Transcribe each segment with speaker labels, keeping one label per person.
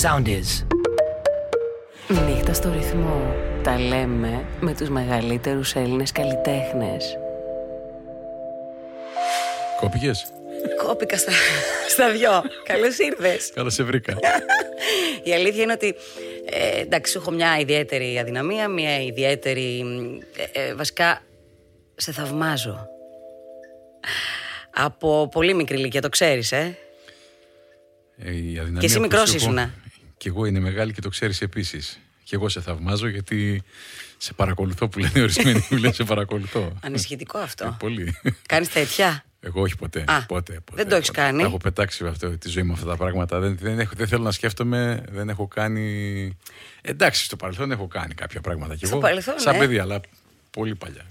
Speaker 1: Sound is.
Speaker 2: Νύχτα στο ρυθμό. Τα λέμε με τους μεγαλύτερους Έλληνες καλλιτέχνες.
Speaker 3: Κόπηκες.
Speaker 4: Κόπηκα στα, στα δυο. Καλώς ήρθες.
Speaker 3: Καλά σε βρήκα.
Speaker 4: Ε, Η αλήθεια είναι ότι ε, εντάξει, σου έχω μια ιδιαίτερη αδυναμία, μια ιδιαίτερη. ε, ε, βασικά, σε θαυμάζω. Από πολύ μικρή ηλικία, το ξέρεις, ε.
Speaker 3: Ε, η αδυναμία
Speaker 4: Και εσύ
Speaker 3: που
Speaker 4: μικρός
Speaker 3: σου έχω-
Speaker 4: ήσουνα.
Speaker 3: Κι εγώ είναι μεγάλη και το ξέρεις επίσης. Κι εγώ σε θαυμάζω γιατί σε παρακολουθώ που λένε ορισμένοι. Μου λένε σε παρακολουθώ.
Speaker 4: ναι. Ανησυχητικό
Speaker 3: Ε,
Speaker 4: αυτό.
Speaker 3: Πολύ.
Speaker 4: Κάνεις τέτοια.
Speaker 3: Εγώ όχι ποτέ.
Speaker 4: Α,
Speaker 3: ποτέ, ποτέ
Speaker 4: δεν το έχεις
Speaker 3: ποτέ.
Speaker 4: κάνει.
Speaker 3: Τα έχω πετάξει αυτό, τη ζωή μου αυτά τα πράγματα. Δεν, δεν, έχω, δεν θέλω να σκέφτομαι, δεν έχω κάνει. Εντάξει, στο παρελθόν έχω κάνει κάποια πράγματα κι
Speaker 4: Στο
Speaker 3: εγώ.
Speaker 4: παρελθόν,
Speaker 3: σαν
Speaker 4: ε.
Speaker 3: παιδί, αλλά πολύ παλιά.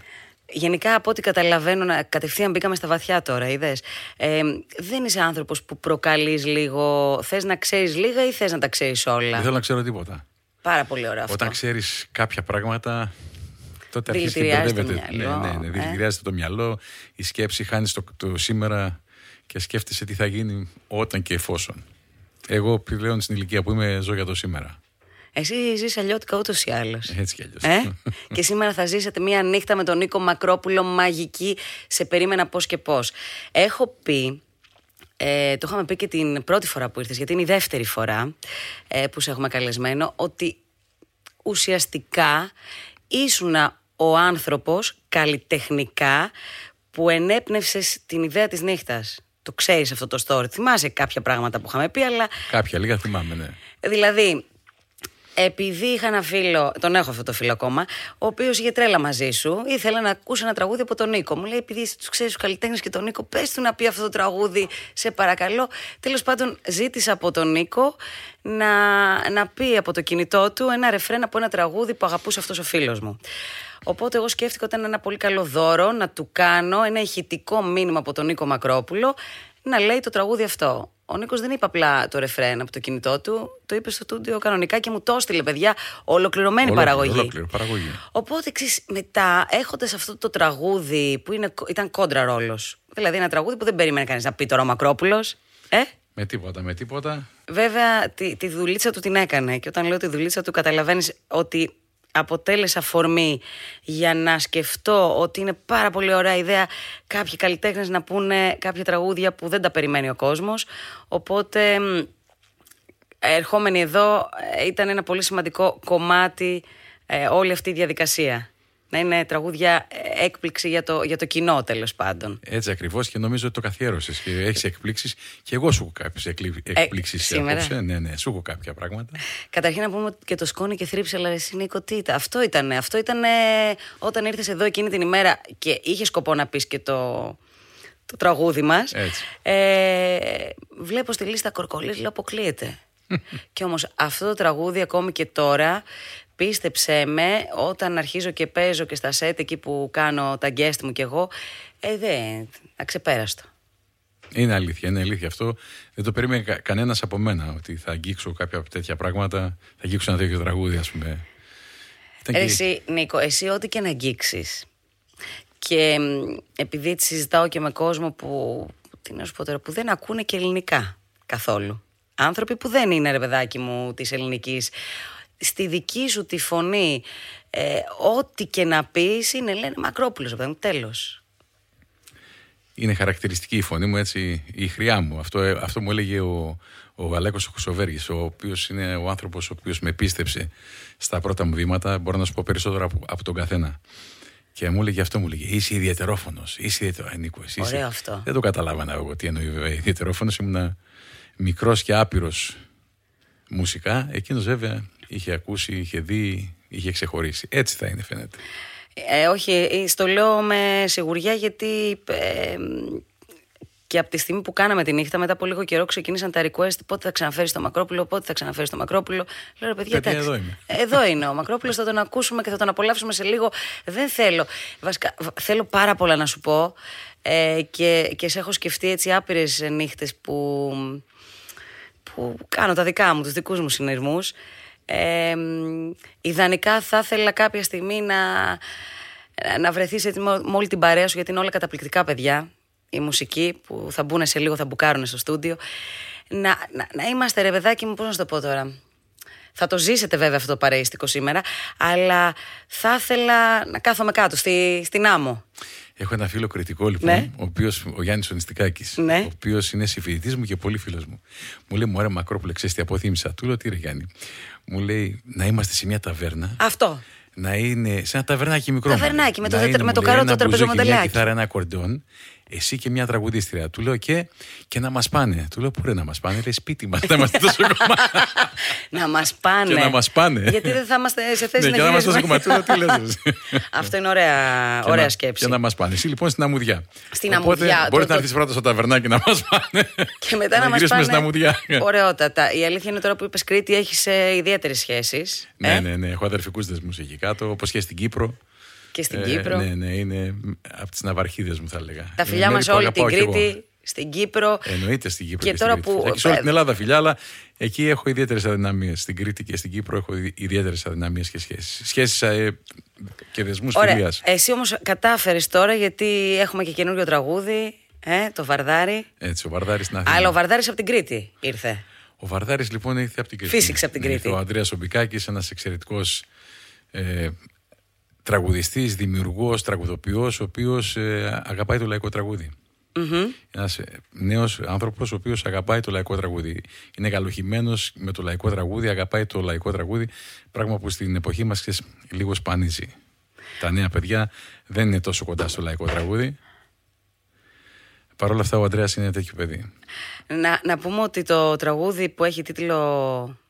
Speaker 4: Γενικά, από ό,τι καταλαβαίνω, να- κατευθείαν μπήκαμε στα βαθιά τώρα, είδες. Ε, δεν είσαι άνθρωπος που προκαλείς λίγο. Θες να ξέρεις λίγα ή θες να τα ξέρεις όλα.
Speaker 3: Δεν θέλω να ξέρω τίποτα.
Speaker 4: Πάρα πολύ ωραίο αυτό.
Speaker 3: Όταν ξέρεις κάποια πράγματα, τότε αρχίζεις και
Speaker 4: Δηλητηριάζει το
Speaker 3: μπερδεύεται. Ναι,
Speaker 4: μυαλό,
Speaker 3: ναι, ναι.
Speaker 4: ε.
Speaker 3: δηλητηριάζεται το μυαλό, η σκέψη, χάνεις το, το σήμερα και σκέφτεσαι τι θα γίνει όταν και εφόσον. Εγώ πλέον στην ηλικία που είμαι ζω για το σήμερα.
Speaker 4: Εσύ ζεις αλλιώτικα ούτως ή άλλως.
Speaker 3: Έτσι κι αλλιώς.
Speaker 4: Ε? και σήμερα θα ζήσετε μία νύχτα με τον Νίκο Μακρόπουλο μαγική. Σε περίμενα πώς και πώς. Έχω πει. Ε, το είχαμε πει και την πρώτη φορά που ήρθες γιατί είναι η δεύτερη φορά ε, που σε έχουμε καλεσμένο ότι ουσιαστικά ήσουνα ο άνθρωπος καλλιτεχνικά που ενέπνευσες την ιδέα της νύχτας. Το ξέρεις αυτό το story. Θυμάσαι κάποια πράγματα που είχαμε πει αλλά
Speaker 3: Κάποια λίγα θυμάμαι, ναι.
Speaker 4: Δηλαδή, επειδή είχα ένα φίλο, τον έχω αυτό το φίλο ακόμα, ο οποίος είχε τρέλα μαζί σου, ήθελε να ακούσει ένα τραγούδι από τον Νίκο. Μου λέει: Επειδή εσύ τους ξέρεις τους καλλιτέχνες και τον Νίκο, πες του να πει αυτό το τραγούδι, σε παρακαλώ. Τέλος πάντων, ζήτησα από τον Νίκο να, να πει από το κινητό του ένα ρεφρέν από ένα τραγούδι που αγαπούσε αυτός ο φίλος μου. Οπότε εγώ σκέφτηκα ότι ήταν ένα πολύ καλό δώρο να του κάνω ένα ηχητικό μήνυμα από τον Νίκο Μακρόπουλο να λέει το τραγούδι αυτό. Ο Νίκος δεν είπε απλά το ρεφρέν από το κινητό του, το είπε στο τούντιο κανονικά και μου το έστειλε, παιδιά, ολοκληρωμένη
Speaker 3: Ολόκληρο,
Speaker 4: παραγωγή.
Speaker 3: ολόκληρο, παραγωγή.
Speaker 4: Οπότε εξή, μετά έχοντας αυτό το τραγούδι που είναι, ήταν κόντρα ρόλος. Δηλαδή ένα τραγούδι που δεν περίμενε κανείς να πει τώρα ο Μακρόπουλος. Ε?
Speaker 3: Με τίποτα, με τίποτα.
Speaker 4: Βέβαια, τη, τη δουλίτσα του την έκανε. Και όταν λέω τη δουλίτσα του, καταλαβαίνεις ότι αποτέλεσε αφορμή για να σκεφτώ ότι είναι πάρα πολύ ωραία ιδέα κάποιοι καλλιτέχνες να πούνε κάποια τραγούδια που δεν τα περιμένει ο κόσμος. Οπότε, μ, ερχόμενοι εδώ, ε, ήταν ένα πολύ σημαντικό κομμάτι ε, όλη αυτή η διαδικασία. Να είναι τραγούδια ε, έκπληξη για το, για το κοινό, τέλος πάντων.
Speaker 3: Έτσι ακριβώς και νομίζω ότι το καθιέρωσε και έχεις εκπλήξεις. Και εγώ σου έχω κάποιες εκπλήξει
Speaker 4: Ε, σήμερα.
Speaker 3: Ναι, ναι, σου έχω κάποια πράγματα.
Speaker 4: Καταρχήν να πούμε ότι και το σκόνη και θρύψε, αλλά εσύ Νίκο, τι ήταν. Αυτό ήταν. Αυτό ήταν όταν ήρθες εδώ εκείνη την ημέρα και είχες σκοπό να πεις και το, το τραγούδι μας.
Speaker 3: Έτσι.
Speaker 4: Ε, βλέπω στη λίστα κορκολή, λέω αποκλείεται. και όμως αυτό το τραγούδι ακόμη και τώρα. Πίστεψέ με, όταν αρχίζω και παίζω και στα σετ εκεί που κάνω τα guest μου κι εγώ, ε, δεν, αξεπέραστο.
Speaker 3: Είναι αλήθεια, είναι αλήθεια αυτό. Δεν το περίμενε κα- κανένας από μένα ότι θα αγγίξω κάποια τέτοια πράγματα. Θα αγγίξω ένα τέτοιο τραγούδι, ας πούμε. Ήταν
Speaker 4: Ρε Ε, Εσύ, Νίκο, εσύ ό,τι και να αγγίξεις. Και μ, επειδή έτσι συζητάω και με κόσμο που, τι να σου πω τώρα, που δεν ακούνε και ελληνικά καθόλου. Άνθρωποι που δεν είναι, ρε παιδάκι μου, της ελληνικής. Στη δική σου τη φωνή, ε, ό,τι και να πεις είναι, λένε, Μακρόπουλος, ρε παιδί μου, τέλος.
Speaker 3: είναι χαρακτηριστική η φωνή μου, έτσι, η χρειά μου. Αυτό, ε, αυτό μου έλεγε ο, ο Αλέκος ο Χρυσοβέργης, ο οποίος είναι ο άνθρωπος ο οποίος με πίστεψε στα πρώτα μου βήματα, μπορώ να σου πω περισσότερα από, από τον καθένα. Και μου έλεγε αυτό, μου έλεγε, είσαι ιδιαιτερόφωνος, είσαι ιδιαιτερόφωνος.
Speaker 4: Ωραίο αυτό.
Speaker 3: Δεν το καταλάβανα εγώ τι εννοεί βέβαια ιδιαιτερόφωνος, ήμουνα μικρός και άπειρος μουσικά. Εκείνος βέβαια είχε ακούσει, είχε δει, είχε ξεχωρίσει. Έτσι θα είναι φαίνεται.
Speaker 4: Ε, όχι, ε, στο λέω με σιγουριά γιατί ε, μ, και από τη στιγμή που κάναμε τη νύχτα, μετά από λίγο καιρό ξεκίνησαν τα request. Πότε θα ξαναφέρεις το Μακρόπουλο, πότε θα ξαναφέρεις το Μακρόπουλο. Λέω ρε παιδιά,
Speaker 3: Παιδιά,
Speaker 4: εντάξει,
Speaker 3: εδώ είμαι.
Speaker 4: Εδώ είναι ο Μακρόπουλος, θα τον ακούσουμε και θα τον απολαύσουμε σε λίγο. Δεν θέλω. Βασικά, β- θέλω πάρα πολλά να σου πω ε, και, και σε έχω σκεφτεί έτσι άπειρες νύχτες που που κάνω τα δικά μου, τους δικούς μου συνειρμούς. Ε, μ, ιδανικά θα ήθελα κάποια στιγμή να, να βρεθείς έτσι με με όλη την παρέα σου, γιατί είναι όλα καταπληκτικά παιδιά, η μουσική που θα μπουν σε λίγο, θα μπουκάρουν στο στούντιο. να, να, να είμαστε ρε παιδάκι μου, πώς να σου το πω τώρα. Θα το ζήσετε βέβαια αυτό το παρέστικο σήμερα, αλλά θα ήθελα να κάθομαι κάτω, στη, στην άμμο.
Speaker 3: Έχω ένα φίλο κριτικό λοιπόν,
Speaker 4: Ναι.
Speaker 3: ο, οποίος, ο Γιάννης ο Νηστικάκης,
Speaker 4: Ναι.
Speaker 3: ο οποίος είναι συμφοιτητής μου και πολύ φίλος μου. Μου λέει, μωρέ Μακρόπουλε, ξέρεις τι αποθύμισα. Του λέω, τι ρε Γιάννη. Μου λέει, να είμαστε σε μια ταβέρνα,
Speaker 4: Αυτό.
Speaker 3: να είναι σε ένα ταβερνάκι μικρό.
Speaker 4: Ταβερνάκι, με το
Speaker 3: Να
Speaker 4: δε-
Speaker 3: είναι,
Speaker 4: με το
Speaker 3: μου λέει,
Speaker 4: καρότο
Speaker 3: ένα μπουζούκι, Μια
Speaker 4: τραπεζομοντελάκι.
Speaker 3: κιθάρα, ένα ακορντεόν, εσύ και μια τραγουδίστρια. Του λέω και, και να μας πάνε. Του λέω πού ρε να μας πάνε, λέει σπίτι μας. Να είμαστε τόσο κομμάτι.
Speaker 4: να μας πάνε.
Speaker 3: Και να μας πάνε.
Speaker 4: Γιατί δεν θα είμαστε σε θέση
Speaker 3: Ναι,
Speaker 4: να
Speaker 3: και να μας
Speaker 4: γυρίσουμε.
Speaker 3: δώσουν κομματούλα, τι λες, εσύ.
Speaker 4: Αυτό είναι ωραία,
Speaker 3: Και
Speaker 4: ωραία
Speaker 3: να-
Speaker 4: σκέψη.
Speaker 3: Και να μας πάνε. Εσύ λοιπόν στην Αμμουδιά.
Speaker 4: Στην
Speaker 3: Οπότε,
Speaker 4: Αμμουδιά,
Speaker 3: Μπορείτε
Speaker 4: το-
Speaker 3: να έρθεις πρώτα στο ταβερνάκι να μας πάνε.
Speaker 4: Και μετά να, μας
Speaker 3: γυρίσουμε
Speaker 4: πάνε...
Speaker 3: στην Αμμουδιά.
Speaker 4: Ωραιότατα. Η αλήθεια είναι τώρα που είπες Κρήτη έχεις ε, ιδιαίτερες σχέσεις. ε,
Speaker 3: Ναι, ναι, ναι. Έχω αδερφικούς δεσμούς εκεί κάτω, όπως και στην Κύπρο.
Speaker 4: Και στην
Speaker 3: Ε,
Speaker 4: Κύπρο.
Speaker 3: Ναι, ναι, είναι από τις ναυαρχίδες μου, θα έλεγα.
Speaker 4: Τα
Speaker 3: Είναι
Speaker 4: φιλιά
Speaker 3: μέρη
Speaker 4: μας
Speaker 3: που
Speaker 4: σε όλη την
Speaker 3: αγαπάω κι εγώ.
Speaker 4: Κρήτη, στην Κύπρο.
Speaker 3: Εννοείται στην Κύπρο.
Speaker 4: Και
Speaker 3: στην
Speaker 4: τώρα
Speaker 3: Κρήτη.
Speaker 4: που- ε,
Speaker 3: φυσικά. Και σε όλη την Ελλάδα, φιλιά, αλλά εκεί έχω ιδιαίτερες αδυναμίες. Στην Κρήτη και στην Κύπρο έχω ιδιαίτερες αδυναμίες και σχέσεις. Σχέσεις και δεσμούς
Speaker 4: Ωραία.
Speaker 3: φιλίας.
Speaker 4: Εσύ όμως κατάφερες τώρα γιατί έχουμε και καινούριο τραγούδι, ε, το Βαρδάρι.
Speaker 3: Έτσι, ο Βαρδάρης στην Αθήνα.
Speaker 4: Αλλά ο Βαρδάρης από την Κρήτη ήρθε.
Speaker 3: Ο Βαρδάρης λοιπόν ήρθε από την Κρήτη.
Speaker 4: Φύσηξε από την
Speaker 3: Ναι,
Speaker 4: Κρήτη.
Speaker 3: Ο Ανδρέας Ομπικάκης, ένας εξαιρετικός ε, τραγουδιστής, δημιουργός, τραγουδοποιός, ο οποίος αγαπάει το λαϊκό τραγούδι. Ένα νέος άνθρωπος, ο οποίος αγαπάει το λαϊκό τραγούδι. Είναι καλοχημένο με το λαϊκό τραγούδι, αγαπάει το λαϊκό τραγούδι. Πράγμα που στην εποχή μας λίγο σπανίζει. Τα νέα παιδιά δεν είναι τόσο κοντά στο λαϊκό τραγούδι. Παρ' όλα αυτά, ο Ανδρέας είναι τέτοιο παιδί.
Speaker 4: Να, να πούμε ότι το τραγούδι που έχει τίτλο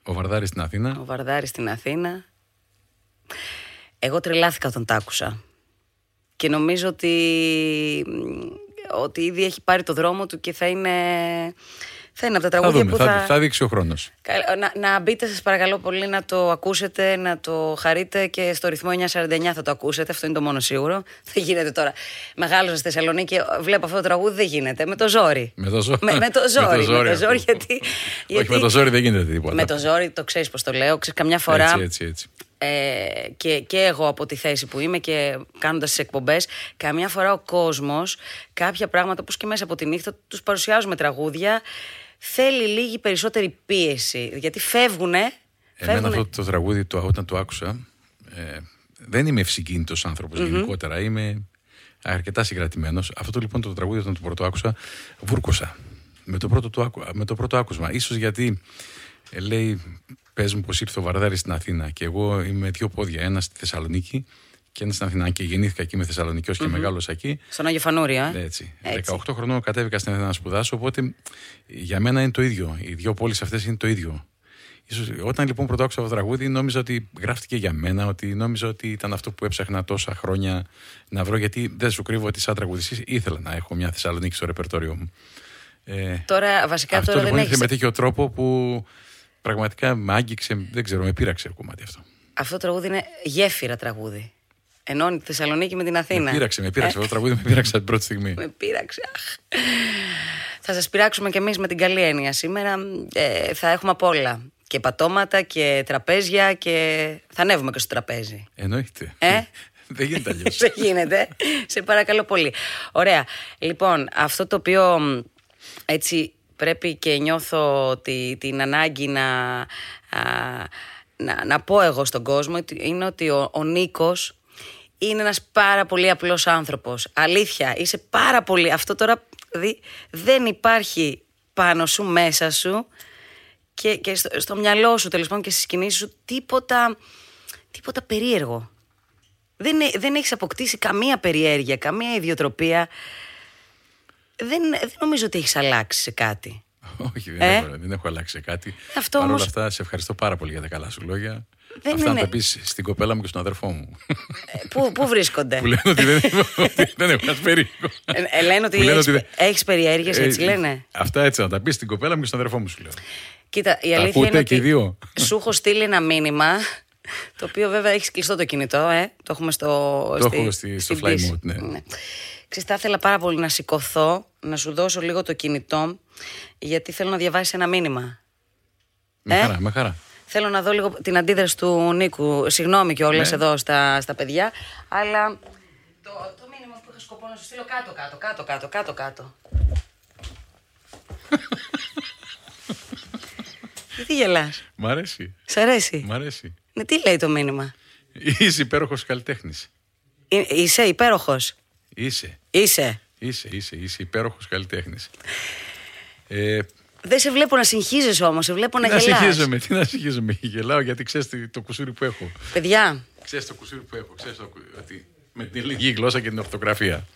Speaker 3: Ο Βαρδάρης στην Αθήνα.
Speaker 4: Ο Βαρδάρης στην Αθήνα. Εγώ τρελάθηκα όταν τ' άκουσα. Και νομίζω ότι, ότι ήδη έχει πάρει το δρόμο του και θα είναι, θα είναι από τα
Speaker 3: Θα
Speaker 4: τραγούδια
Speaker 3: δούμε,
Speaker 4: που
Speaker 3: θα,
Speaker 4: θα...
Speaker 3: θα... δείξει ο χρόνος.
Speaker 4: Καλά, Να, να μπείτε σας παρακαλώ πολύ να το ακούσετε, να το χαρείτε και στο ρυθμό 949 θα το ακούσετε, αυτό είναι το μόνο σίγουρο. Δεν γίνεται τώρα. Μεγάλωσα στη Θεσσαλονίκη, βλέπω αυτό το τραγούδι, δεν γίνεται. Με το ζόρι.
Speaker 3: Με το ζόρι.
Speaker 4: Με, με το ζόρι, με το ζόρι, γιατί...
Speaker 3: Όχι,
Speaker 4: γιατί-
Speaker 3: με το ζόρι δεν γίνεται τίποτα.
Speaker 4: με το ζόρι, το ξέρεις πώ το λέω. Ξέρεις, καμιά φορά.
Speaker 3: Έτσι, έτσι, έτσι.
Speaker 4: Ε, και, και εγώ από τη θέση που είμαι και κάνοντας τις εκπομπές, καμιά φορά ο κόσμος κάποια πράγματα, όπω και μέσα από τη νύχτα, τους παρουσιάζουμε τραγούδια. Θέλει λίγη περισσότερη πίεση. Γιατί φεύγουνε.
Speaker 3: Ε, Εμένα
Speaker 4: φεύγουνε.
Speaker 3: αυτό το τραγούδι, το, όταν το άκουσα, ε, δεν είμαι ευσυγκίνητος γενικότερα. Είμαι αρκετά συγκρατημένος. Αυτό λοιπόν το τραγούδι, όταν το πρώτο άκουσα, βούρκωσα. Με το πρώτο, το άκου, με το πρώτο άκουσμα. Ίσως γιατί ε, λέει, πες μου πως ήρθε ο Βαρδάρης στην Αθήνα και εγώ είμαι με δύο πόδια, ένας στη Θεσσαλονίκη και ένας στην Αθήνα. Αν Και γεννήθηκα εκεί με Θεσσαλονικιός και μεγάλωσα εκεί.
Speaker 4: Στον Άγιο Φανούρη, ε.
Speaker 3: Ναι, Έτσι. 18 χρονών κατέβηκα στην Αθήνα να σπουδάσω, οπότε για μένα είναι το ίδιο. Οι δύο πόλεις αυτές είναι το ίδιο. Ίσως, όταν λοιπόν πρώτα άκουσα αυτό το τραγούδι, νόμιζα ότι γράφτηκε για μένα, ότι νόμιζα ότι ήταν αυτό που έψαχνα τόσα χρόνια να βρω. Γιατί δεν σου κρύβω ότι σαν τραγουδιστής ήθελα να έχω μια Θεσσαλονίκη στο ρεπερτόριό μου. Ε,
Speaker 4: Τώρα, βασικά,
Speaker 3: αυτό
Speaker 4: τώρα
Speaker 3: λοιπόν
Speaker 4: δεν
Speaker 3: ήρθε
Speaker 4: έχεις...
Speaker 3: με τέτοιο τρόπο που πραγματικά με άγγιξε, δεν ξέρω, με πείραξε το κομμάτι αυτό.
Speaker 4: Αυτό το τραγούδι είναι γέφυρα τραγούδι. Ενώνει τη Θεσσαλονίκη με την Αθήνα.
Speaker 3: Με πείραξε, με
Speaker 4: Ε.
Speaker 3: πείραξε. αυτό το τραγούδι με πείραξε από την πρώτη στιγμή.
Speaker 4: Με πείραξε. Αχ. Θα σας πειράξουμε κι εμείς με την καλή έννοια σήμερα. Ε, θα έχουμε απ' όλα. Και πατώματα και τραπέζια και θα ανέβουμε και στο τραπέζι.
Speaker 3: Εννοείται.
Speaker 4: Ε?
Speaker 3: δεν γίνεται αλλιώς.
Speaker 4: Δεν γίνεται. Σε παρακαλώ πολύ. Ωραία. Λοιπόν, αυτό το οποίο μ, έτσι πρέπει και νιώθω τη- την ανάγκη να, α, να, να πω εγώ στον κόσμο ότι- είναι ότι ο, ο Νίκος είναι ένας πάρα πολύ απλός άνθρωπος. Αλήθεια, είσαι πάρα πολύ... Αυτό τώρα δη- δεν υπάρχει πάνω σου, μέσα σου και, και στο, στο μυαλό σου τέλος πάντων και στις κινήσεις σου τίποτα, τίποτα περίεργο. Δεν, ε- δεν έχεις αποκτήσει καμία περιέργεια, καμία ιδιοτροπία. Δεν, δεν νομίζω ότι έχεις αλλάξει σε κάτι.
Speaker 3: Όχι, δεν,
Speaker 4: Ε?
Speaker 3: έχω, δεν έχω αλλάξει σε κάτι.
Speaker 4: Αυτό
Speaker 3: Παρ' όλα
Speaker 4: όμως-
Speaker 3: αυτά, σε ευχαριστώ πάρα πολύ για τα καλά σου λόγια.
Speaker 4: Δεν
Speaker 3: Αυτά
Speaker 4: είναι-
Speaker 3: να τα πεις στην κοπέλα μου και στον αδερφό μου.
Speaker 4: Ε, Πού, πού βρίσκονται.
Speaker 3: που λένε ότι δεν, ότι δεν έχω κάτι περίεργο.
Speaker 4: Ε, ε, λένε ότι
Speaker 3: Που λένε
Speaker 4: έχεις,
Speaker 3: ότι δεν-
Speaker 4: έχεις περιέργειες,
Speaker 3: Ε,
Speaker 4: έτσι λένε.
Speaker 3: Αυτά έτσι να τα πεις στην κοπέλα μου και στον αδερφό μου, σου λέω.
Speaker 4: Κοίτα, η
Speaker 3: τα
Speaker 4: αλήθεια
Speaker 3: ακούτε
Speaker 4: είναι ότι
Speaker 3: και οι δύο.
Speaker 4: σου έχω στείλει ένα μήνυμα, το οποίο βέβαια έχεις κλειστό το κινητό, ε. το έχουμε στο,
Speaker 3: Το έχω στη- στο
Speaker 4: στην
Speaker 3: fly
Speaker 4: πτήση.
Speaker 3: mode, ναι.
Speaker 4: Ξέρεις, θα ήθελα πάρα πολύ να σηκωθώ, να σου δώσω λίγο το κινητό, γιατί θέλω να διαβάσεις ένα μήνυμα.
Speaker 3: Με
Speaker 4: Ε?
Speaker 3: χαρά, με χαρά.
Speaker 4: Θέλω να δω λίγο την αντίδραση του Νίκου. Συγγνώμη κιόλας
Speaker 3: Ναι.
Speaker 4: εδώ στα, στα παιδιά, αλλά το, το μήνυμα που είχα σκοπό να σου στείλω κάτω, κάτω, κάτω, κάτω, κάτω, κάτω. Γιατί γελάς.
Speaker 3: Μ' αρέσει.
Speaker 4: Σ' αρέσει.
Speaker 3: Μ' αρέσει.
Speaker 4: Ναι, τι λέει το μήνυμα.
Speaker 3: Είσαι υπέροχος καλλιτέχνης.
Speaker 4: Ε, Είσαι υπέροχος.
Speaker 3: Είσαι.
Speaker 4: Είσαι.
Speaker 3: Είσαι, είσαι, είσαι υπέροχος καλλιτέχνης. Ε,
Speaker 4: Δεν σε βλέπω να συγχύζεσαι όμως, σε βλέπω να
Speaker 3: τι να
Speaker 4: γελάς.
Speaker 3: συγχύζομαι, τι να συγχύζομαι. Γελάω γιατί ξέρεις το κουσούρι που έχω.
Speaker 4: Παιδιά,
Speaker 3: Ξέρεις το κουσούρι που έχω. Ξέρεις το, κου- ότι με
Speaker 4: Ε.
Speaker 3: την ελληνική γλώσσα και την ορθογραφία.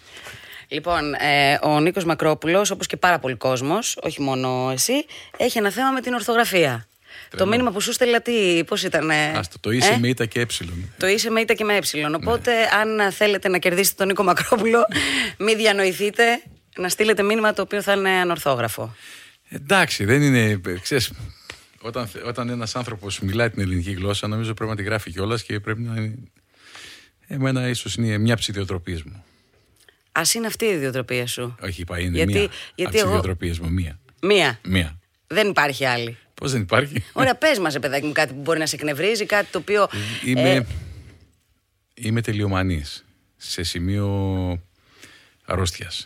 Speaker 4: Λοιπόν, ε, ο Νίκος Μακρόπουλος, όπως και πάρα πολλοί κόσμος, όχι μόνο εσύ, έχει ένα θέμα με την ορθογραφία. Το μήνυμα που σου στέλνα, τι, πώς ήταν. ε?
Speaker 3: Άστο, το είσαι
Speaker 4: Ε?
Speaker 3: με Ναι. ήττα και ε.
Speaker 4: Το είσαι με ήττα και με ε. Οπότε, αν θέλετε να κερδίσετε τον Νίκο Μακρόπουλο, μην διανοηθείτε να στείλετε μήνυμα το οποίο θα είναι ανορθόγραφο.
Speaker 3: Εντάξει, δεν είναι. ε, Ξέρεις, όταν, θε- όταν ένας άνθρωπος μιλάει την ελληνική γλώσσα, νομίζω πρέπει να τη γράφει κιόλας και πρέπει να είναι. Εμένα ίσως είναι μια από τις ιδιοτροπίες μου.
Speaker 4: Ας είναι αυτή η ιδιοτροπία σου.
Speaker 3: Όχι, είπα, είναι
Speaker 4: Γιατί-
Speaker 3: μία.
Speaker 4: γιατί
Speaker 3: από τις
Speaker 4: εγώ-
Speaker 3: ιδιοτροπίες μου, μία.
Speaker 4: Μία.
Speaker 3: Μία.
Speaker 4: Δεν υπάρχει άλλη.
Speaker 3: Πώς δεν υπάρχει.
Speaker 4: Ωραία, πες μας, παιδάκι μου, κάτι που μπορεί να σε εκνευρίζει, κάτι το οποίο.
Speaker 3: Είμαι,
Speaker 4: ε,
Speaker 3: είμαι τελειομανής σε σημείο αρρώστιας.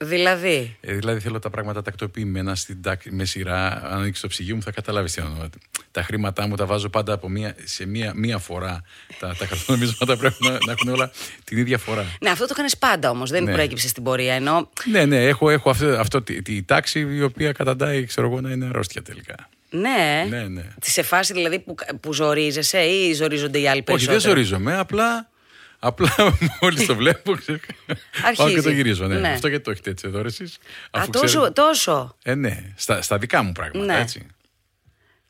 Speaker 4: δηλαδή.
Speaker 3: Ε, δηλαδή θέλω τα πράγματα τακτοποιημένα στην τάκ, με σειρά. Αν ανοίξει το ψυγείο μου θα καταλάβεις τι εννοώ. Τα χρήματά μου τα βάζω πάντα από μία, σε μία, μία φορά. Τα, τα χαρτονομίσματα πρέπει να, να έχουν όλα την ίδια φορά.
Speaker 4: Ναι, αυτό το κάνει πάντα όμως. Δεν
Speaker 3: Ναι.
Speaker 4: προέκυψε στην πορεία. Ενώ
Speaker 3: Ναι, ναι, έχω, έχω αυτό, αυτό τη, τη τάξη η οποία καταντάει, ξέρω εγώ, να είναι αρρώστια τελικά.
Speaker 4: Ναι.
Speaker 3: Ναι, ναι.
Speaker 4: Τη σε φάση δηλαδή που, που ζορίζεσαι ή ζορίζονται οι άλλοι
Speaker 3: Όχι,
Speaker 4: περισσότερο.
Speaker 3: δεν ζορίζομαι, απλά. Απλά μόλις το βλέπω, ξέρω, πάω και το
Speaker 4: Αρχίζει.
Speaker 3: γυρίζω. Ναι.
Speaker 4: Ναι.
Speaker 3: Αυτό γιατί το έχετε έτσι εδώ εσείς.
Speaker 4: Α, τόσο, τόσο.
Speaker 3: Ε, ναι, στα, στα δικά μου πράγματα,
Speaker 4: Ναι.
Speaker 3: έτσι.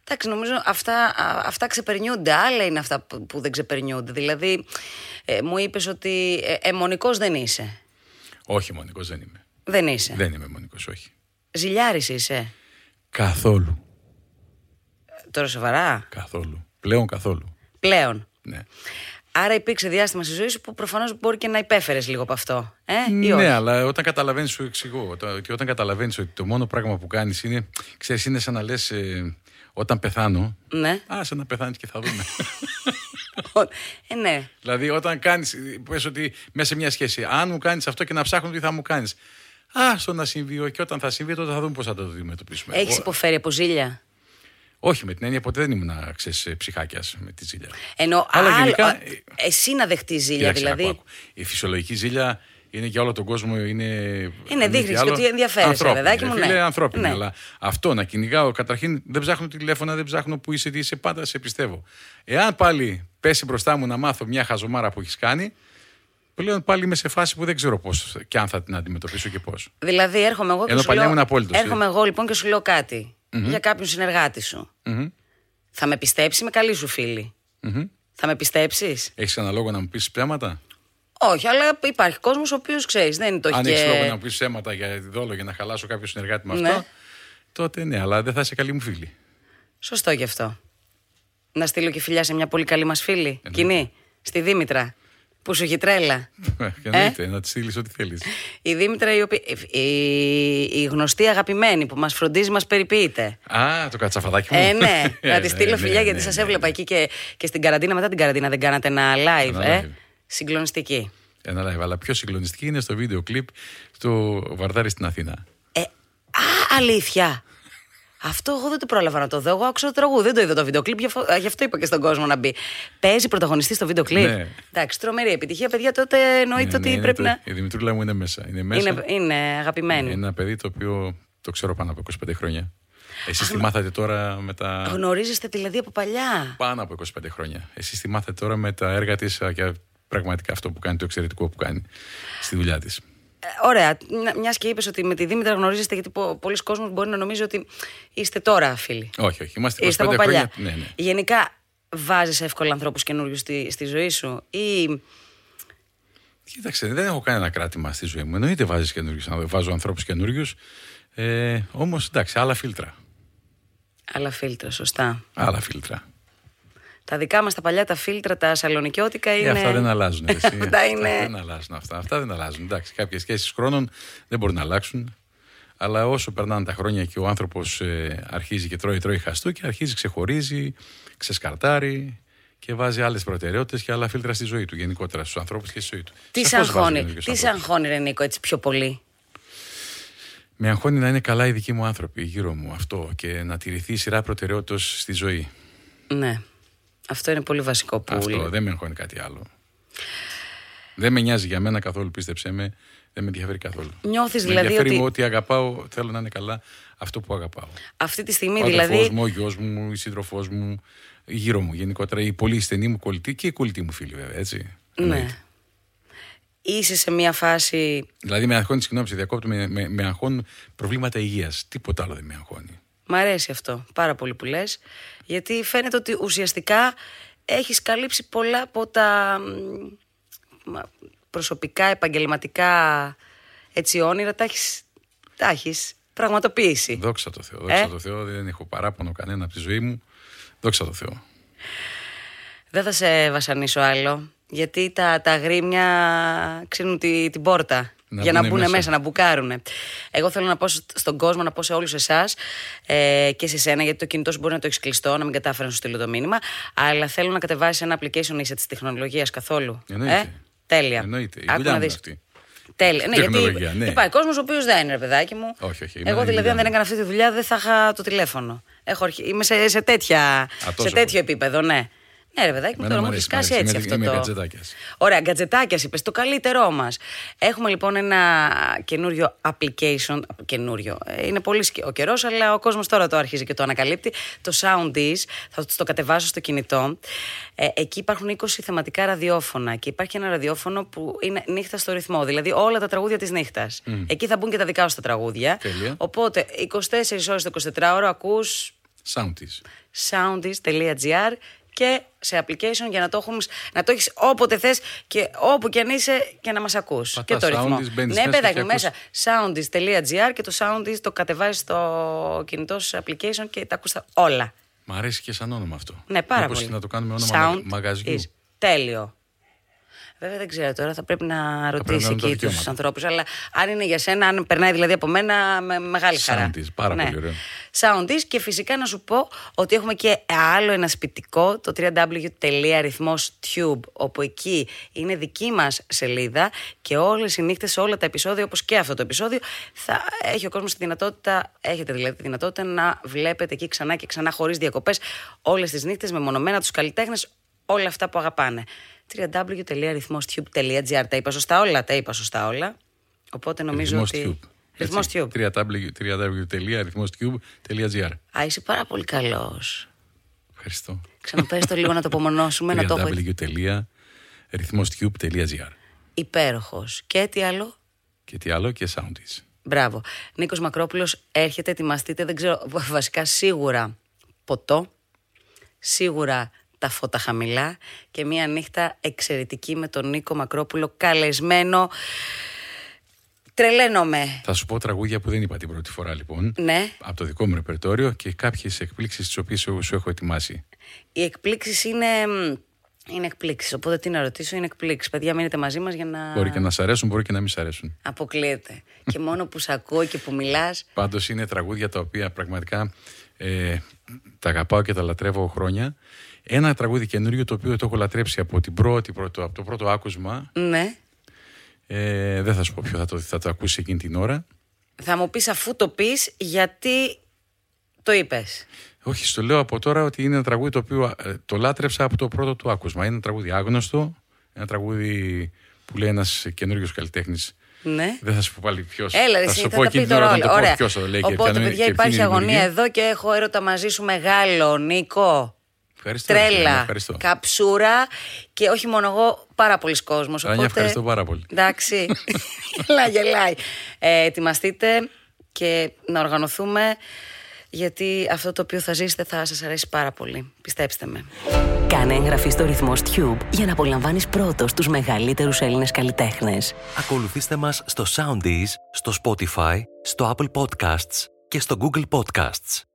Speaker 4: Εντάξει, νομίζω αυτά, α, αυτά ξεπερνιούνται. Άλλα είναι αυτά που, που δεν ξεπερνιούνται. Δηλαδή, ε, μου είπες ότι ε, αιμονικό δεν είσαι.
Speaker 3: Όχι, μονικός δεν είμαι.
Speaker 4: Δεν είσαι.
Speaker 3: Δεν είμαι μονικός, όχι.
Speaker 4: Ζηλιάρης είσαι.
Speaker 3: Καθόλου.
Speaker 4: Τώρα σοβαρά.
Speaker 3: Καθόλου. Πλέον καθόλου.
Speaker 4: Πλέον.
Speaker 3: Ναι,
Speaker 4: Άρα υπήρξε διάστημα στη ζωή σου που προφανώς μπορεί και να υπέφερες λίγο από αυτό. Ε, ή όχι.
Speaker 3: ναι αλλά όταν καταλαβαίνεις, σου εξηγώ. Όταν- Ότι όταν καταλαβαίνεις ότι το μόνο πράγμα που κάνεις είναι, ξέρεις, είναι σαν να λες όταν πεθάνω.
Speaker 4: Ναι.
Speaker 3: Α, σαν να πεθάνεις και θα δούμε.
Speaker 4: Ε, ναι.
Speaker 3: Δηλαδή, όταν κάνεις, πες ότι μέσα σε μια σχέση, αν μου κάνεις αυτό και να ψάχνω τι θα μου κάνεις. Άστο να συμβεί, και όταν θα συμβεί, τότε θα δούμε πώς θα το αντιμετωπίσουμε.
Speaker 4: Έχεις
Speaker 3: Εγώ-
Speaker 4: υποφέρει από ζήλια.
Speaker 3: Όχι, με την έννοια ποτέ δεν ήμουν ε, ξέρει ψυχάκιας με τη ζήλια.
Speaker 4: Ενώ
Speaker 3: Αλλά
Speaker 4: άλλο-
Speaker 3: γενικά,
Speaker 4: α,
Speaker 3: ε,
Speaker 4: εσύ να δεχτείς ζήλια
Speaker 3: Κοίταξε να
Speaker 4: δηλαδή.
Speaker 3: ακούω, ακούω. Η φυσιολογική ζήλια είναι για όλο τον κόσμο. Είναι,
Speaker 4: δείχνεις
Speaker 3: και άλλο.
Speaker 4: και ότι ενδιαφέρεσαι,
Speaker 3: Ανθρώπινη,
Speaker 4: παιδάκι
Speaker 3: ρε
Speaker 4: μου,
Speaker 3: φίλε,
Speaker 4: ναι.
Speaker 3: ανθρώπινη.
Speaker 4: Ναι.
Speaker 3: Αλλά αυτό να κυνηγάω, καταρχήν δεν ψάχνω τηλέφωνα, δεν ψάχνω που είσαι, τι είσαι, πάντα σε πιστεύω. Εάν πάλι πέσει μπροστά μου να μάθω μια χαζομάρα που έχεις κάνει, πλέον πάλι είμαι σε φάση που δεν ξέρω πώς και αν θα την αντιμετωπίσω και πώς.
Speaker 4: Δηλαδή, έρχομαι εγώ και
Speaker 3: Ενώ
Speaker 4: σου
Speaker 3: παλιά
Speaker 4: λέω,
Speaker 3: ήμουν απόλυτος, ε.
Speaker 4: Έρχομαι εγώ λοιπόν και σου λέω κάτι για κάποιον συνεργάτη σου. Θα με πιστέψει, με καλή σου φιλη Θα με πιστέψεις.
Speaker 3: Έχεις ένα λόγο να μου πεις ψέματα.
Speaker 4: Όχι, αλλά υπάρχει κόσμος ο οποίος ξέρεις, δεν είναι το
Speaker 3: Αν
Speaker 4: έχει
Speaker 3: έχεις
Speaker 4: και-
Speaker 3: λόγο να μου πεις ψέματα για δόλο, για να χαλάσω κάποιο συνεργάτη με
Speaker 4: Ναι.
Speaker 3: αυτό, τότε ναι, αλλά δεν θα είσαι καλή μου φίλη.
Speaker 4: Σωστό γι' αυτό. Να στείλω και φιλιά σε μια πολύ καλή μας φίλη, κοινή, στη Δήμητρα, που σου έχει τρέλα.
Speaker 3: Εννοείται, να της στείλεις ό,τι θέλεις.
Speaker 4: Η Δήμητρα, η, οποία- η- η γνωστή αγαπημένη που μας φροντίζει, μας περιποιείται.
Speaker 3: Α, το κατσαφαδάκι μου.
Speaker 4: Ε, ναι, να της
Speaker 3: ναι,
Speaker 4: στείλω
Speaker 3: ναι,
Speaker 4: φιλιά
Speaker 3: ναι,
Speaker 4: γιατί
Speaker 3: ναι,
Speaker 4: σας
Speaker 3: ναι.
Speaker 4: έβλεπα εκεί και, και στην καραντίνα. Μετά την καραντίνα δεν κάνατε ένα live.
Speaker 3: Ένα
Speaker 4: Ε,
Speaker 3: live.
Speaker 4: συγκλονιστική.
Speaker 3: Ένα live, αλλά πιο συγκλονιστική είναι στο βίντεο κλιπ του Βαρδάρη στην Αθήνα.
Speaker 4: Ε, α, αλήθεια. Αυτό εγώ δεν το πρόλαβα να το δω. Εγώ άκουσα το τραγούδι, δεν το είδα το βίντεο κλιπ. γι' αυτό- Γι' αυτό είπα και στον κόσμο να μπει. Παίζει πρωταγωνιστή στο βίντεο κλιπ.
Speaker 3: Ναι.
Speaker 4: Εντάξει, τρομερή επιτυχία, παιδιά. Τότε εννοείται
Speaker 3: Ναι,
Speaker 4: ότι
Speaker 3: ναι, είναι
Speaker 4: πρέπει
Speaker 3: το-
Speaker 4: να.
Speaker 3: Η Δημητρούλα μου είναι μέσα. Είναι μέσα. Ναι,
Speaker 4: Είναι, είναι αγαπημένη.
Speaker 3: Ένα παιδί το οποίο το ξέρω πάνω από 25 χρόνια. Εσείς τη μάθατε τώρα με τα.
Speaker 4: Γνωρίζεστε δηλαδή από παλιά.
Speaker 3: Πάνω από 25 χρόνια. Εσείς τη μάθατε τώρα με τα έργα της και πραγματικά αυτό που κάνει, το εξαιρετικό που κάνει στη δουλειά της.
Speaker 4: Ε, Ωραία. Μια και είπες ότι με τη Δήμητρα γνωρίζεστε, γιατί πο- πολλοί κόσμοι μπορεί να νομίζει ότι είστε τώρα φίλοι.
Speaker 3: Όχι, όχι. Είμαστε 25
Speaker 4: Είστε από
Speaker 3: χρόνια.
Speaker 4: παλιά.
Speaker 3: Ναι, ναι.
Speaker 4: Γενικά, βάζεις εύκολα ανθρώπους καινούριους στη, στη ζωή σου ή.
Speaker 3: Κοίταξε, δεν έχω κανένα κράτημα στη ζωή μου. Εννοείται βάζεις καινούριους, βάζω ανθρώπους καινούριους. Ε, Όμως εντάξει, άλλα φίλτρα.
Speaker 4: Αλλά φίλτρα, σωστά.
Speaker 3: Άλλα φίλτρα.
Speaker 4: Τα δικά μας τα παλιά τα φίλτρα, τα σαλονικιώτικα είναι.
Speaker 3: Ε, αυτά δεν αλλάζουν. Εσύ.
Speaker 4: αυτά είναι.
Speaker 3: δεν αλλάζουν αυτά. Αυτά δεν αλλάζουν. Εντάξει, κάποιες σχέσεις χρόνων δεν μπορούν να αλλάξουν. Αλλά όσο περνάνε τα χρόνια και ο άνθρωπος αρχίζει και τρώει, τρώει χαστού και αρχίζει, ξεχωρίζει, ξεσκαρτάρει και βάζει άλλες προτεραιότητες και άλλα φίλτρα στη ζωή του γενικότερα, στους ανθρώπους και στη ζωή του.
Speaker 4: Τι
Speaker 3: Σαφώς
Speaker 4: σε
Speaker 3: βάζει
Speaker 4: αγχώνει,
Speaker 3: καινούριους
Speaker 4: τι σε
Speaker 3: ανθρώπους.
Speaker 4: αγχώνει, Ρε Νίκο, έτσι πιο πολύ.
Speaker 3: Με αγχώνει να είναι καλά οι δικοί μου άνθρωποι γύρω μου αυτό και να τηρηθεί η σειρά προτεραιότητας στη ζωή.
Speaker 4: Ναι. Αυτό είναι πολύ βασικό που.
Speaker 3: Αυτό δεν με αγχώνει κάτι άλλο. Δεν με νοιάζει για μένα καθόλου, πίστεψέ με. Δεν με ενδιαφέρει καθόλου.
Speaker 4: Νιώθεις
Speaker 3: με
Speaker 4: δηλαδή
Speaker 3: ενδιαφέρει
Speaker 4: ότι-
Speaker 3: ό,τι αγαπάω, θέλω να είναι καλά αυτό που αγαπάω.
Speaker 4: Αυτή τη στιγμή
Speaker 3: Ο αδερφός
Speaker 4: δηλαδή.
Speaker 3: μου, ο γιος μου, η σύντροφός μου, γύρω μου γενικότερα, οι πολύ στενοί μου κολλητοί και οι κολλητοί μου φίλοι βέβαια, έτσι.
Speaker 4: Ναι. Είσαι σε μια φάση.
Speaker 3: Δηλαδή με αγχώνει, συγγνώμη, σε διακόπτω, με, με, με αγχώνουν προβλήματα υγείας. Τίποτα άλλο δεν με αγχώνει.
Speaker 4: Μ' αρέσει αυτό πάρα πολύ που λες. Γιατί φαίνεται ότι ουσιαστικά έχεις καλύψει πολλά από τα μ, μα, προσωπικά, επαγγελματικά έτσι όνειρα. Τα έχεις τα έχεις πραγματοποιήσει.
Speaker 3: Δόξα τω Θεώ,
Speaker 4: Ε.
Speaker 3: δόξα τω Θεώ, δεν έχω παράπονο κανένα από τη ζωή μου. Δόξα τω Θεώ.
Speaker 4: Δεν θα σε βασανίσω άλλο. Γιατί τα, τα γρήμια ξύνουν τη- την πόρτα.
Speaker 3: Να
Speaker 4: για να
Speaker 3: μπουνε
Speaker 4: μπουν μέσα.
Speaker 3: μέσα,
Speaker 4: να μπουκάρουν. Εγώ θέλω να πω σ- στον κόσμο, να πω σε όλους εσάς ε, και σε σένα, γιατί το κινητό σου μπορεί να το έχεις κλειστό, να μην κατάφερες να σου στείλω το μήνυμα. Αλλά θέλω να κατεβάσεις ένα application, είσαι της τεχνολογίας καθόλου. Ε,
Speaker 3: Εννοείται.
Speaker 4: Τέλεια.
Speaker 3: Εννοείται. Η
Speaker 4: Άκου
Speaker 3: δουλειά
Speaker 4: να
Speaker 3: μου
Speaker 4: δεις.
Speaker 3: είναι αυτή.
Speaker 4: Τέλεια. Ναι,
Speaker 3: Τεχνολογία,
Speaker 4: γιατί
Speaker 3: ναι.
Speaker 4: υπάρχει κόσμος ο οποίος δεν είναι, ρε παιδάκι μου.
Speaker 3: Όχι, όχι, εμένα
Speaker 4: Εγώ
Speaker 3: είναι
Speaker 4: δηλαδή,
Speaker 3: δουλειά
Speaker 4: αν δεν
Speaker 3: μου.
Speaker 4: έκανα αυτή τη δουλειά, δεν θα είχα το τηλέφωνο. Έχω, αρχι- είμαι σε, σε, τέτοια,
Speaker 3: τόσο
Speaker 4: σε τέτοιο επίπεδο, ναι. Ναι, ρε παιδάκι μου,
Speaker 3: Εμένα
Speaker 4: τώρα
Speaker 3: μου
Speaker 4: μου έχει
Speaker 3: αρέσει,
Speaker 4: σκάσει
Speaker 3: μ'
Speaker 4: έτσι
Speaker 3: αρέσει.
Speaker 4: αυτό
Speaker 3: Είμαι-
Speaker 4: το.
Speaker 3: είμαι γκατζετάκιας.
Speaker 4: Ωραία, γκατζετάκια είπες, το καλύτερό μας. Έχουμε λοιπόν ένα καινούριο application. Καινούριο. ε, Είναι πολύ σκε- ο καιρός, αλλά ο κόσμος τώρα το αρχίζει και το ανακαλύπτει. Το Sound is, θα το κατεβάσω στο κινητό. Ε, εκεί υπάρχουν 20 θεματικά ραδιόφωνα και υπάρχει ένα ραδιόφωνο που είναι νύχτας στο ρυθμό, δηλαδή όλα τα τραγούδια της νύχτας. Εκεί θα μπουν και τα δικά σου τα τραγούδια.
Speaker 3: Τέλεια.
Speaker 4: Οπότε 24 ώρες το 24ωρο ακούς
Speaker 3: Sound της.
Speaker 4: soundis.gr και σε application για να το, έχεις, να το έχεις όποτε θες και όπου και αν είσαι και να μας ακούς.
Speaker 3: Πατάς
Speaker 4: και το ρυθμό.
Speaker 3: Soundis, μπαίνεις
Speaker 4: ναι,
Speaker 3: μέσα
Speaker 4: παιδάκι
Speaker 3: και
Speaker 4: μου, μέσα. soundis.gr και το soundis το κατεβάζεις στο κινητό σου σε application και τα ακούς τα όλα.
Speaker 3: Μ' αρέσει και σαν όνομα αυτό.
Speaker 4: Ναι, πάρα
Speaker 3: Μήπως
Speaker 4: πολύ.
Speaker 3: να το κάνουμε όνομα
Speaker 4: Sound
Speaker 3: μα- μαγαζιού.
Speaker 4: is. Τέλειο. Βέβαια δεν ξέρω τώρα, θα πρέπει να
Speaker 3: πρέπει
Speaker 4: ρωτήσει
Speaker 3: να δουν τα
Speaker 4: εκεί του
Speaker 3: δικαιώματα.
Speaker 4: ανθρώπους. Αλλά αν είναι για σένα, αν περνάει δηλαδή από μένα, με μεγάλη χαρά. Ναι.
Speaker 3: Sound is, πάρα πολύ ωραίο.
Speaker 4: Soundis και φυσικά να σου πω ότι έχουμε και άλλο ένα σπιτικό, το www.αριθμός.tube, όπου εκεί είναι δική μας σελίδα και όλες οι νύχτες, όλα τα επεισόδια, όπως και αυτό το επεισόδιο, θα έχει ο κόσμος τη δυνατότητα, έχετε δηλαδή τη δυνατότητα να βλέπετε εκεί ξανά και ξανά χωρίς διακοπές όλες τις νύχτες με μονομένα τους καλλιτέχνες, όλα αυτά που αγαπάνε. www.αριθμός.tube.gr Τα είπα σωστά όλα, τα είπα σωστά όλα. Οπότε νομίζω
Speaker 3: Ρυθμός
Speaker 4: ότι...
Speaker 3: Tube.
Speaker 4: Ρυθμός
Speaker 3: Έτσι,
Speaker 4: Tube.
Speaker 3: www- www.αριθμός.tube.gr.
Speaker 4: Α, είσαι πάρα πολύ καλός.
Speaker 3: Ευχαριστώ.
Speaker 4: Ξαναπες το λίγο να το απομονώσουμε, να το έχω
Speaker 3: www.ρυθμός.tube.gr.
Speaker 4: υπέροχος. Και τι άλλο.
Speaker 3: Και τι άλλο και sound is.
Speaker 4: Μπράβο. Νίκος Μακρόπουλος έρχεται, ετοιμαστείτε, δεν ξέρω, βα- βασικά σίγουρα ποτό, σίγουρα τα φώτα χαμηλά και μια νύχτα εξαιρετική με τον Νίκο Μακρόπουλο καλεσμένο. Τρελαίνομαι.
Speaker 3: Θα σου πω τραγούδια που δεν είπα την πρώτη φορά λοιπόν.
Speaker 4: Ναι,
Speaker 3: Από το δικό μου ρεπερτόριο και κάποιες εκπλήξεις τις οποίες σου έχω ετοιμάσει.
Speaker 4: οι εκπλήξεις είναι. μ, Είναι εκπλήξεις. Οπότε τι να ρωτήσω, είναι εκπλήξεις. Παιδιά, μείνετε μαζί μας για να.
Speaker 3: Μπορεί και να σ' αρέσουν, μπορεί και να μην σ' αρέσουν.
Speaker 4: Αποκλείεται. και μόνο που σ' ακούω και που μιλάς.
Speaker 3: Πάντως είναι τραγούδια τα οποία πραγματικά ε, τα αγαπάω και τα λατρεύω χρόνια. Ένα τραγούδι καινούριο το οποίο το έχω λατρέψει από, την πρώτη, πρώτο, από το πρώτο άκουσμα.
Speaker 4: Ναι.
Speaker 3: Ε, δεν θα σου πω ποιο θα το, θα το ακούσει εκείνη την ώρα.
Speaker 4: Θα μου πεις αφού το πεις γιατί το είπες.
Speaker 3: Όχι, στο λέω από τώρα ότι είναι ένα τραγούδι το οποίο ε, το λάτρεψα από το πρώτο του άκουσμα. Είναι ένα τραγούδι άγνωστο, ένα τραγούδι που λέει ένας καινούριος καλλιτέχνης
Speaker 4: Ναι.
Speaker 3: Δεν θα σου πω πάλι ποιος.
Speaker 4: Έλα,
Speaker 3: θα
Speaker 4: εσύ,
Speaker 3: σου
Speaker 4: θα
Speaker 3: πω
Speaker 4: τα πει
Speaker 3: εκείνη την
Speaker 4: τώρα
Speaker 3: ώρα
Speaker 4: όλα.
Speaker 3: να το πω
Speaker 4: Ωραία.
Speaker 3: ποιος το λέει και
Speaker 4: Οπότε,
Speaker 3: ποιον-
Speaker 4: παιδιά,
Speaker 3: και ποιοι
Speaker 4: υπάρχει
Speaker 3: είναι οι
Speaker 4: αγωνία
Speaker 3: δημιουργοί.
Speaker 4: εδώ και έχω έρωτα μαζί σου μεγάλο, Νίκο.
Speaker 3: Ευχαριστώ, ρε φίλε μου,
Speaker 4: Τρέλα,
Speaker 3: Ευχαριστώ.
Speaker 4: καψούρα και όχι μόνο εγώ, πάρα πολλοί κόσμος.
Speaker 3: Ράνια,
Speaker 4: Οπότε...
Speaker 3: ευχαριστώ πάρα πολύ.
Speaker 4: Εντάξει, γελάει, γελάει. Ε, ετοιμαστείτε και να οργανωθούμε γιατί αυτό το οποίο θα ζήσετε θα σας αρέσει πάρα πολύ. Πιστέψτε με.
Speaker 2: Κάνε εγγραφή στο ρυθμός Tube για να απολαμβάνεις πρώτος τους μεγαλύτερους Έλληνες καλλιτέχνες.
Speaker 1: Ακολουθήστε μας στο Soundees, στο Spotify, στο Apple Podcasts και στο Google Podcasts.